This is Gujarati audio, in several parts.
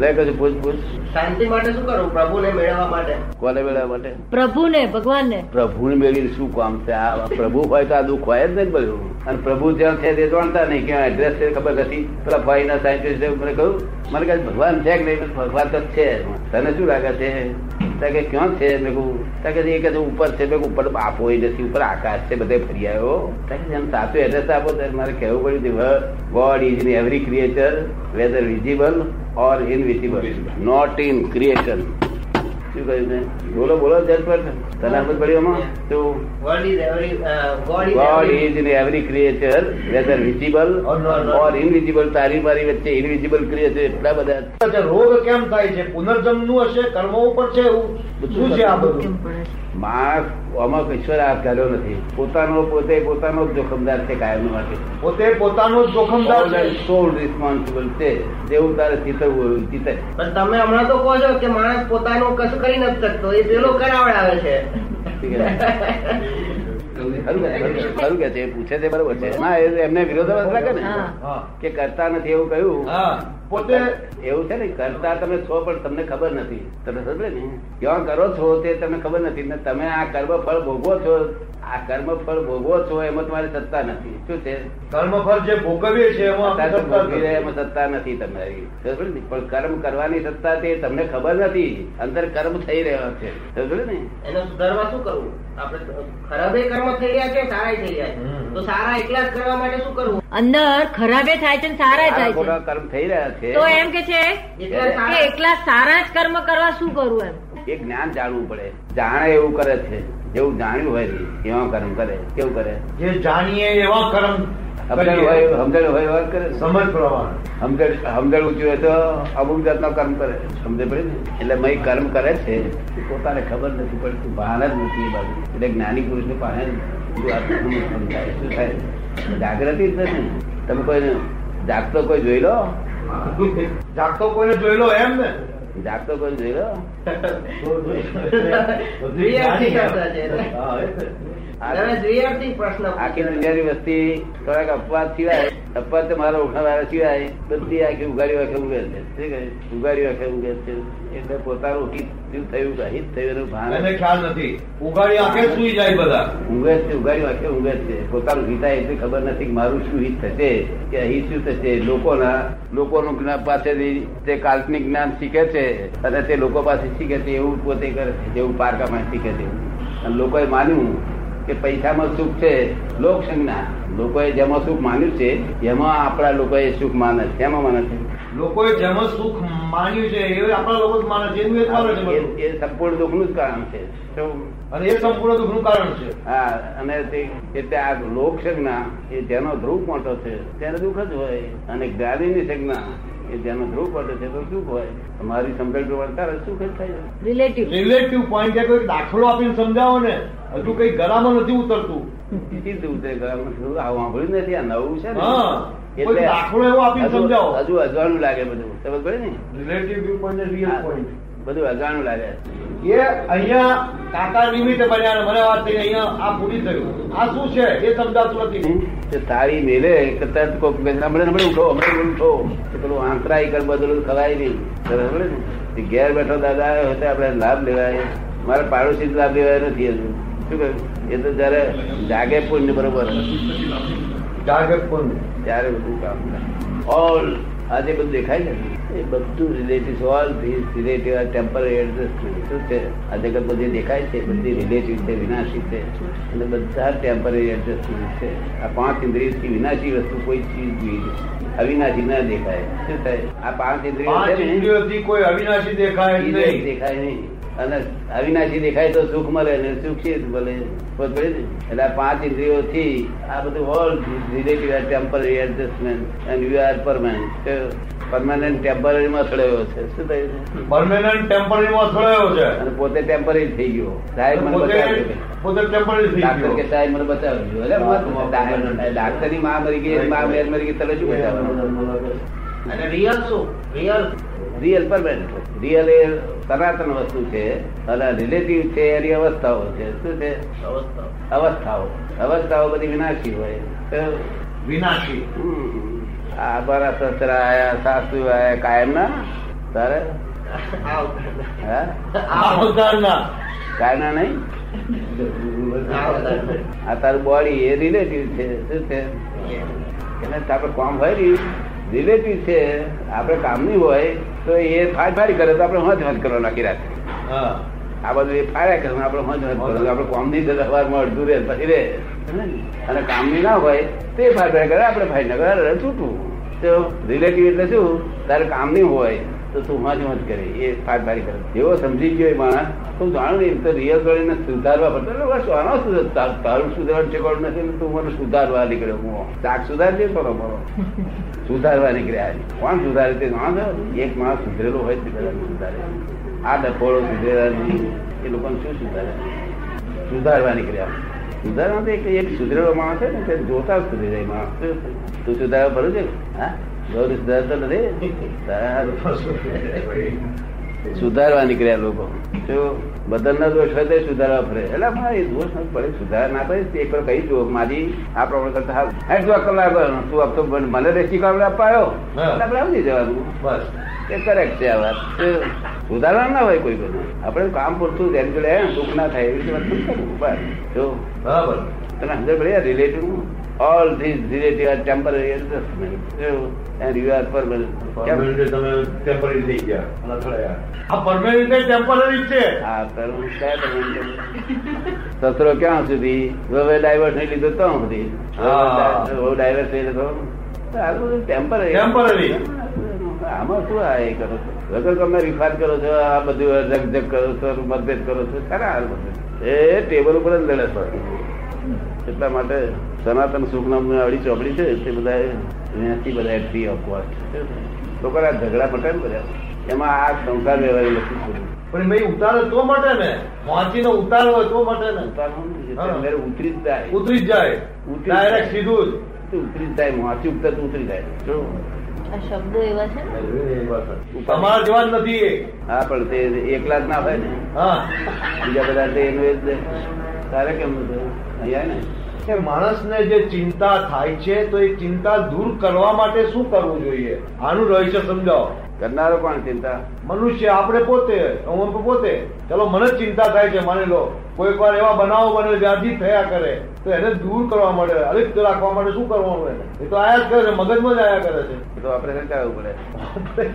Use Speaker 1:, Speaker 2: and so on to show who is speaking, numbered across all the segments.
Speaker 1: લે કશું પૂછ પૂછ
Speaker 2: શાંતિ માટે શું કરવું પ્રભુને મેળવવા માટે
Speaker 1: કોને મેળવવા માટે
Speaker 3: પ્રભુને ભગવાનને
Speaker 1: પ્રભુને મેળવીને શું કામ છે આ પ્રભુ હોય તો આ દુઃખ હોય જ નહીં બધું અને પ્રભુ જ્યાં છે તે જાણતા નહીં કે એડ્રેસ છે ખબર નથી પેલા ભાઈ ના સાયન્ટિસ્ટ મને કહ્યું મને કહે ભગવાન છે કે નહીં મેં કીધું, ભગવાન તો છે તને શું લાગે છે ત્યાં કે ક્યાં છે મેં કહું ત્યાં કે એ કે છે ઉપર છે મેં કહું ઉપર આપો એ નથી ઉપર આકાશ છે બધે ફરી આવ્યો ત્યાં કે જેમ સાચું એડ્રેસ આપો ત્યારે મારે કહેવું પડ્યું કે God is in every creature whether visible or invisible not in creation શું કહ્યું મેં? બોલો બોલો જયંતભાઈ. તને સમજ પડી આમાં? શું?
Speaker 2: World is every God
Speaker 1: God
Speaker 2: is
Speaker 1: is in every creature, whether visible
Speaker 2: Or not.
Speaker 1: or invisible. તારી મારી વચ્ચે invisible creature એટલા બધા છે.
Speaker 4: એટલે રોગ કેમ થાય છે પુનર્જન્મ નું હશે કર્મ ઉપર છે એવું શું છે આ બધું
Speaker 1: માણસ આમાં ઈશ્વર હાથ ઘાલ્યો નથી પોતાનો પોતે પોતાનો જ જોખમદાર છે કાયમ માટે
Speaker 4: પોતે પોતાનો જ જોખમદાર છે
Speaker 1: સોલ રિસ્પોન્સિબલ છે જેવું તારે ચીતવવું હોય એવું ચીતાય.
Speaker 2: પણ તમે હમણાં તો કહો છો કે માણસ પોતાનું કશું કરી નથી શકતો એ પેલો કરાવડાવે છે
Speaker 1: ઠીક છે? ખરું કે ખરું કે? ખરું કે છે? એ પૂછે છે બરોબર છે ના એ- એમને વિરોધ લાગે ને
Speaker 3: હા.
Speaker 4: હા
Speaker 1: કે કરતા નથી એવું કહ્યું
Speaker 4: હા પોતે
Speaker 1: એવું છે ને કરતા તમે છો પણ તમને ખબર નથી તમે સમજે ને ક્યાં કરો છો તે તમને ખબર નથી ને તમે આ કર્મ ફળ ભોગવો છો આ કર્મ ફળ ભોગવો છો એમાં તમારી સત્તા નથી શું છે
Speaker 4: કર્મફળ જે ભોગવીએ છીએ એમાં
Speaker 1: સત્તા તો
Speaker 4: આપણે
Speaker 1: ભોગવી રહ્યા એમાં
Speaker 4: સત્તા
Speaker 1: સત્તા નથી તમારી સમજ્યું ને? પણ કર્મ કરવાની સત્તા તે તમને ખબર નથી અંદર કર્મ થઈ રહ્યો છે સમજ્યું ને
Speaker 2: એને સુધારવા શું કરવું આપણે ખરાબે કર્મ થઈ રહ્યા છે સારા થઈ રહ્યા છે
Speaker 4: હમ.
Speaker 2: તો સારા એકલા જ કરવા માટે શું કરવું
Speaker 3: અંદર ખરાબે થાય છે ને સારા
Speaker 1: આ
Speaker 3: થાય
Speaker 1: ખોટા
Speaker 3: છે
Speaker 1: કર્મ થઈ રહ્યા છે
Speaker 3: તો એમ કે છે
Speaker 2: એકલા
Speaker 3: કે
Speaker 2: સારા
Speaker 3: એકલા સારા જ કર્મ કરવા શું કરવું એમ
Speaker 1: એ જ્ઞાન જાણવું પડે જાણે એવું કરે છે જેવું જાણ્યું હોય ને, એવા કર્મ કરે કેવું કરે
Speaker 4: જે જાણીએ એવા કર્મ
Speaker 1: સમજણ
Speaker 4: કરીએ.
Speaker 1: હોય સમજણ હોય એવા જ કરે ને.
Speaker 4: સમજ પ્રમાણે
Speaker 1: સમજણ સમજણ ઊંચી હોય તો અમુક જાતનો કર્મ કરે સમજે પડે ને એટલે મય કર્મ કરે છે એ પોતાને ખબર નથી પડતી ભાન જ નથી એ બાજુ એટલે જ્ઞાની પુરુષ ને પાસે બધું આત્માનું સમજાય શું થાય જાગૃતિ જ નથી તમે કોઈ જાગતો કોઈ જોઈ લો
Speaker 4: જાગતો કોઈને જોઈ લો એમ ને
Speaker 1: જાગતો કોઈ જોઈ લો
Speaker 2: દ્વિઅર્થી કરતા છે.
Speaker 4: હા, એ જ.
Speaker 1: આ-
Speaker 2: તમે દ્વિઅર્થી પ્રશ્ન
Speaker 1: આખી
Speaker 2: પૂછો છો.
Speaker 1: દુનિયાની વસ્તી થોડાક અપવાદ સિવાય અપવાદ તો મારા ઉઠાવાળા સિવાય બધી આખી ઉગાડી વાંખે ઉગે છે શું કહે? ઉગાડી વાંખે ઉગે છે એટલે પોતાનું હિત શું થયું કે અહિત થયું એનું ભાન
Speaker 4: એને ખ્યાલ નથી ઉગાડી આંખે સૂઈ જાય બધા
Speaker 1: ઊંઘે જ છે ઉગાડી વાંખે ઊંઘે જ છે પોતાનું હિતાય એટલી ખબર નથી કે મારું શું હિત થશે કે અહિત શું થશે લોકોના લોકોનું જ્ઞાન પાસેથી તે કાલ્પનિક જ્ઞાન શીખે છે અને તે લોકો પાસે શીખે છે એવું પોતે કરે છે જેવું પારકામાં શીખે છે અને લોકોએ માન્યું કે પૈસામાં સુખ છે લોક સંજ્ઞા લોકોએ જેમાં સુખ માન્યું છે એમાં આપણા લોકોએ સુખ માને છે એમાં માને છે
Speaker 4: લોકોએ જેમ જ સુખ માન્યું છે એ આપણા લોકો જ માને છે એનું એ જ કારણ છે બધું.
Speaker 1: એ- એ સંપૂર્ણ દુઃખનું જ કારણ છે શું?
Speaker 4: અને એ સંપૂર્ણ દુઃખનું કારણ છે
Speaker 1: હા અને તે એટલે આ લોક સંજ્ઞા એ જેનો ધ્રુવ મોટો છે તેને દુઃખ જ હોય અને જ્ઞાનીની સંજ્ઞા એ જેનો ધ્રુવ મોટો છે તો સુખ હોય તમારી સમજણ પ્રમાણે તારે સુખ જ થાય
Speaker 3: રિલેટિવ
Speaker 4: રિલેટિવ પોઈન્ટ કોઈ દાખલો આપીને સમજાવો ને હજુ કઈ ગળામાં નથી ઉતરતું
Speaker 1: સીધું ઉતરે ગળામાં થોડું આ વાંભળ્યું નથી આ નવું છે ને
Speaker 4: હા કોઈ
Speaker 1: એટલે
Speaker 4: દાખલો એવો આપીને
Speaker 1: હજુ
Speaker 4: સમજાવો
Speaker 1: હજુ અજવાનું લાગે બધું સમજ પડે ને
Speaker 4: રિલેટિવ વ્યૂ પોઈન્ટ ને રિયલ પોઈન્ટ
Speaker 1: બધું અજાણું લાગે
Speaker 4: એ અહીંયા કાકા નિમિત્તે બન્યા ને મને વાત થઈ અહીંયા આ પૂરી થયું આ શું છે એ સમજાતું નથી
Speaker 1: તે તારી મેલે કે તરત કોક કહે, હમણાં હમણાં ઉઠો હમણાં ઉઠો તો પેલું આંતરાઈ કર બધું ખવાય નહીં તરત હમણાં ને તે ઘેર બેઠો દાદા આવ્યો હોય તો આપણે લાભ લેવાય મારા પાડોશી જ લાભ લેવાય નથી હજુ શું કહ્યું એ તો જયારે જાગે પુણ્ય બરોબર
Speaker 4: જાગૃત પણ
Speaker 1: ત્યારે બધું કામ થાય ઓલ આ જે બધું દેખાય છે ને, એ બધું રિલેટિવ ઓલ ધીસ રિલેટિવ આ ટેમ્પરરી એડજસ્ટમેન્ટ શું છે આ જગત બધી દેખાય છે બધી રિલેટિવ છે વિનાશી છે અને બધા ટેમ્પરરી એડજસ્ટમેન્ટ છે આ પાંચ ઇન્દ્રિયથી વિનાશી વસ્તુ કોઈ ચીજ જોઈએ નહીં. અવિનાશી ના દેખાય શું થાય આ પાંચ ઇન્દ્રિયો
Speaker 4: પાંચ
Speaker 1: છે ને
Speaker 4: ઇન્દ્રિયોથી કોઈ અવિનાશી દેખાય જ
Speaker 1: એ
Speaker 4: નહીં
Speaker 1: દેખાય નહીં અને અવિનાશી દેખાય તો સુખ મળે ને સુખ છે જ મળે ખબર પડી ને? એટલે આ પાંચ ઇન્દ્રિયોથી આ બધું all relative are temporary adjustment and you are permanent permanent ટેમ્પરરીમાં થળેલો છે શું થયું છે?
Speaker 4: પરમેનન્ટ ટેમ્પરરી માં અથડાયો છે
Speaker 1: અને પોતે ટેમ્પરરી થઈ ગયો સાહેબ મને
Speaker 4: પોતે
Speaker 1: બતાવજો
Speaker 4: પોતે ટેમ્પરરી થઈ
Speaker 1: ડાક્ટર કે
Speaker 4: ગયો
Speaker 1: સાહેબ મને બતાવજો અરે ડાક્ટર ની માં મરી ગઈ માં બેન મરી ગઈ તને શું બતાવવાનું
Speaker 2: અને રિયલ શું રિયલ
Speaker 1: રિયલ પરમેનન્ટ રિયલ એ સનાતન વસ્તુ છે અને રિલેટિવ છે એની અવસ્થાઓ છે શું છે
Speaker 2: અવસ્થા
Speaker 1: અવસ્થાઓ અવસ્થાઓ બધી વિનાશી હોય તો,
Speaker 4: વિનાશી
Speaker 1: હમ, આ મારા સસરા આયા સાસુ આયા કાયમ ના તારે
Speaker 2: આ અવતારના.
Speaker 1: હા
Speaker 4: આ
Speaker 2: આ
Speaker 4: અવતારના.
Speaker 1: કાયના નહીં
Speaker 2: અવતારના.
Speaker 1: આ તારું બોડી એ રિલેટિવ છે શું છે એને તો આપણે કામ હોય ને રિલેટિવ છે આપણે કામની હોય તો એ ફાડ ફાડી કરે તો આપણે હોંચ હોંચ કરવા નાખી રાખે
Speaker 4: હા.
Speaker 1: આ બધું એ ફાડ્યા કરે આપણે હોંચ હોંચ કરવા આપણે કામની જ સવારમાં અડધું રહે પછી રહે અને કામની ના હોય તો એ ફાડ ફાડ કરે આપણે ફાડી નાખે અરે છૂટું તો રિલેટિવ એટલે શું તારે કામની હોય તો તું હોંચ હોંચ કરે એ ફાડ ફાડી કરે જેવો સમજી ગયો એ માણસ તું જાણું ને એમ તો રિયલ કરીને સુધારવા પડતો બસ આનો સુધાર તાર- તારું સુધારવાનું ઠેકાણું નથી ને તું મને સુધારવા નીકળ્યો હું શાક સુધારજે બરો બરો સુધારવા નીકળ્યા છે. કોણ સુધારે તે જાણો છો? એક માણસ સુધરેલો હોય તે બધા સુધારે આ ડફોડો સુધરેલા નહીં એ લોકોને શું સુધારે સુધારવા નીકળ્યા સુધારવા તો એક એક સુધરેલો માણસ છે ને તે જોતા જ સુધરી જાય માણસ શું? તું સુધારવા ભરું છે હા ગૌરી સુધારતો નથી તારા સુધારવા નીકળ્યા લોકો જો બદલના દોષ હોય તો સુધારવા ફરે એટલે મારે એ દોષ નથી પડે સુધાર ના પડે તે એક વાર કહી જુઓ મારી આ પ્રમાણે કરતા હાલ હે તું અક્કલ લાગો તું આપતો મને- મને રેસી કાપડે અપાયો
Speaker 4: હા.
Speaker 1: એટલે આપણે આવડી જવાનું
Speaker 4: બસ
Speaker 1: તે કરેક્ટ છે આ વાત તે સુધારવા ના હોય કોઈ બધું આપણે કામ પૂરતું જેમ જોડે હે, દુઃખ ના થાય એવી રીતે વાત નથી કરવું. બસ જો
Speaker 4: બરાબર
Speaker 1: તમે સમજો પડે relative all this relative are temporary adjustment and you are permanent
Speaker 5: Permanent તમે temporary થઈ ગયા લથડાયા.
Speaker 4: આ permanent એ temporary જ છે
Speaker 1: આ તરુણ કયા તરુણ છે? સસરો ક્યાં સુધી હવે ડાયવર્સ નહીં લીધો તો સુધી
Speaker 4: હા.
Speaker 1: હવે ડાયવર્સ નહીં લીધો તો આ બધું ટેમ્પરરી
Speaker 4: Temporary.
Speaker 1: આમાં શું આ એ કરો છો વગર તમે રિફાટ કરો છો આ બધું જગજગ કરો છો મતભેદ કરો છો ખરા આ બધું એ ટેબલ ઉપર જ લડે છે એટલા માટે સનાતન સુખ નામની અડી ચોપડી છે તે બધા ત્યાંથી બધા ફ્રી ઓફ કોસ્ટ લોકોના ઝઘડા મટાવી બધા એમાં આ સંસાર વ્યવહાર લખી કર્યું
Speaker 4: પણ ભાઈ ઉતારો તો મટે ને વાંચીને ઉતારો હોય તો મટે ને હા.
Speaker 1: ઉતારવાનું ઉતરી જ જાય
Speaker 4: ઉતરી જ જાય
Speaker 1: ઉતરી જ જાય.
Speaker 4: ડાયરેક્ટ સીધું જ
Speaker 1: તો ઉતરી જ જાય વાંચી ઉગતા તો ઉતરી જાય જો.
Speaker 3: આ શબ્દો એવા છે ને
Speaker 4: તમારા જેવા જ નથી એ.
Speaker 1: હા પણ તે એકલા જ ના હોય ને
Speaker 4: હા
Speaker 1: બીજા બધા તે એનું એ જ દે. તારે કેમ નું થયું? અહીંયા ને
Speaker 4: કે માણસને જે ચિંતા થાય છે તો એ ચિંતા દૂર કરવા માટે શું કરવું જોઈએ આનું રહસ્ય સમજાવો
Speaker 1: કરનારો કોણ ચિંતા
Speaker 4: મનુષ્ય આપણે પોતે હું આપણે પોતે ચલો મને જ ચિંતા થાય છે માની લો કોઈક વાર એવા બનાવો બને વ્યાધિત થયા કરે તો એને દૂર કરવા માટે અલિપ્ત રાખવા માટે શું કરવાનું એને એ તો આયા જ કરે છે મગજમાં જ આયા કરે છે
Speaker 1: એ તો આપણે કંટાળવું પડે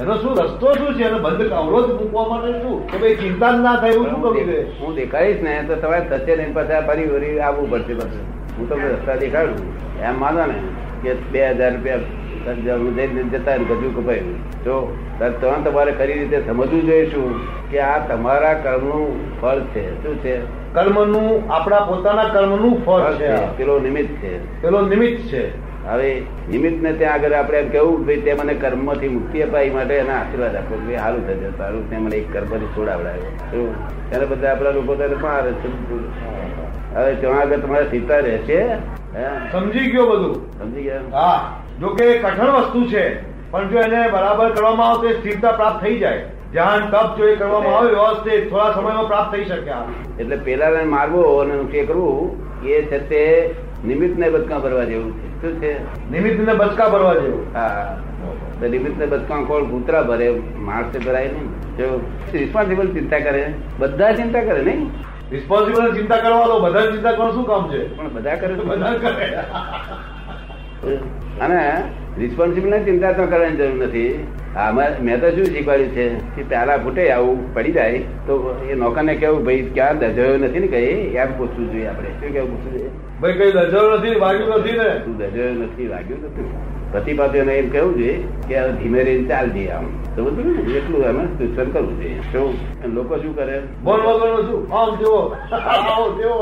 Speaker 4: એનો શું રસ્તો શું છે એને બંધ અવરોધ મૂકવા માટે શું કે ભાઈ ચિંતા જ ના થાય એવું શું કરવું છે
Speaker 1: હું દેખાડીશ ને તો તમારે થશે નહીં પછી આ ફરી વળી આવવું પડશે પાછું હું તમને રસ્તા દેખાડું એમ માનો ને કે બે હજાર રૂપિયા જઈને જતા ને ગજુ કપાયું જો ત્યારે તમે તમારે ખરી રીતે સમજવું જોઈશું કે આ તમારા કર્મનું ફળ છે શું છે
Speaker 4: કર્મનું આપણા પોતાના કર્મનું ફળ
Speaker 1: ફળ
Speaker 4: છે
Speaker 1: છે
Speaker 4: આ.
Speaker 1: પેલો નિમિત્ત છે
Speaker 4: પેલો નિમિત્ત છે
Speaker 1: હવે નિમિત્ત ને ત્યાં આગળ આપણે એમ કેવું ભાઈ તે મને કર્મમાંથી મુક્તિ અપાય એ માટે એના આશીર્વાદ આપો કે સારું થશે સારું તે મને એક કર્મથી છોડાવડાવ્યો એવું ત્યારે બધા આપણા લોકો ત્યારે મારે છે હવે ત્યાં આગળ તમારે સીતા રહેશે હે?
Speaker 4: સમજી ગયો બધું
Speaker 1: સમજી ગયા
Speaker 4: હા જો કે એ કઠણ વસ્તુ છે પણ જો એને બરાબર કરવામાં આવે તો એ સ્થિરતા પ્રાપ્ત થઈ જાય ધ્યાન તપ જો એ કરવામાં આવે વ્યવસ્થિત થોડા સમયમાં પ્રાપ્ત થઈ શકે આ.
Speaker 1: એટલે પેલા મારવો અને ઊંચે કરવું એ છે તે નિમિત્ત ને બચકાં ભરવા જેવું છે શું છે
Speaker 4: નિમિત્તને બચકા ભરવા જેવું
Speaker 1: હા તો નિમિત્ત ને બચકાં કોણ કૂતરા ભરે માણસે ભરાય નહીં જો રિસ્પોન્સિબલ ચિંતા કરે બધા ચિંતા કરે નહીં
Speaker 4: રિસ્પોન્સિબલ ચિંતા કરવા તો બધા ચિંતા કરવા શું કામ છે
Speaker 1: પણ બધા કરે છે.
Speaker 4: બધા કરે
Speaker 1: અને રિસ્પોન્સિબલ ચિંતા તો કરવાની જરૂર નથી આમાં મેં તો શું શીખવાડ્યું છે કે પેલા ફૂટે આવું પડી જાય તો એ નોકરને કેવું ભાઈ ક્યાં દજાયો નથી ને કઈ એમ પૂછવું જોઈએ આપણે શું કેવું પૂછવું જોઈએ
Speaker 4: ભાઈ કઈ દજાવ નથી વાગ્યું નથી ને
Speaker 1: તું દજાયો નથી વાગ્યું નથી પ્રતિભાતીઓને એમ કહેવું જોઈએ કે હવે ધીમે રહીને ચાલજે આમ તો બધું ને એટલું અમે સૂચન કરવું જોઈએ શું અને લોકો શું કરે
Speaker 4: બોલ વગરનું શું આમ જેવો આવો તેવો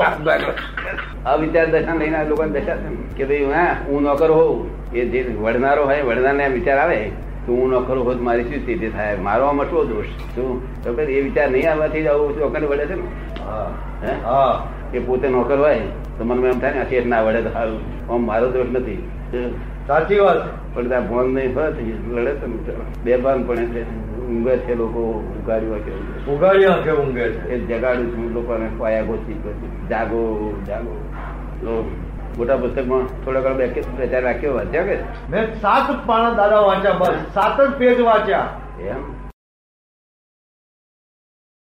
Speaker 1: આ વિચાર દશા લઈને આ લોકોને દશા છે ને કે ભાઈ હા હું નોકર હોઉં એ જે વડનારો હોય વડનારને આ વિચાર આવે તો હું નોકર હોઉં તો મારી શું સ્થિતિ થાય મારો આમાં શું દોષ શું તો કે એ વિચાર નહીં આવવાથી જ આવું નોકર વળે છે ને
Speaker 4: હા
Speaker 1: હે
Speaker 4: હા
Speaker 1: કે પોતે નોકર હોય તો મને એમ થાય ને આ શેઠ ના વળે તો સારું આમ મારો દોષ નથી શું?
Speaker 4: સાચી વાત
Speaker 1: પણ ત્યાં ભોન નહીં ફરત લડે છે ને બિચારા. બે ભાન પણ છે ઊંઘે છે લોકો ઉગાડ્યું હોય કેવું
Speaker 4: ઉગાડી આંખે ઊંઘે છે
Speaker 1: એ જગાડું છું લોકોને પાયા ગોતી ગોતી. જાગો જાગો તો મોટા પુસ્તકમાં થોડા ઘણા બે કે પ્રચાર રાખ્યો વાંચ્યા કે
Speaker 4: મેં સાત પાના દાદા વાંચ્યા બસ સાત જ પેજ વાંચ્યા
Speaker 1: એમ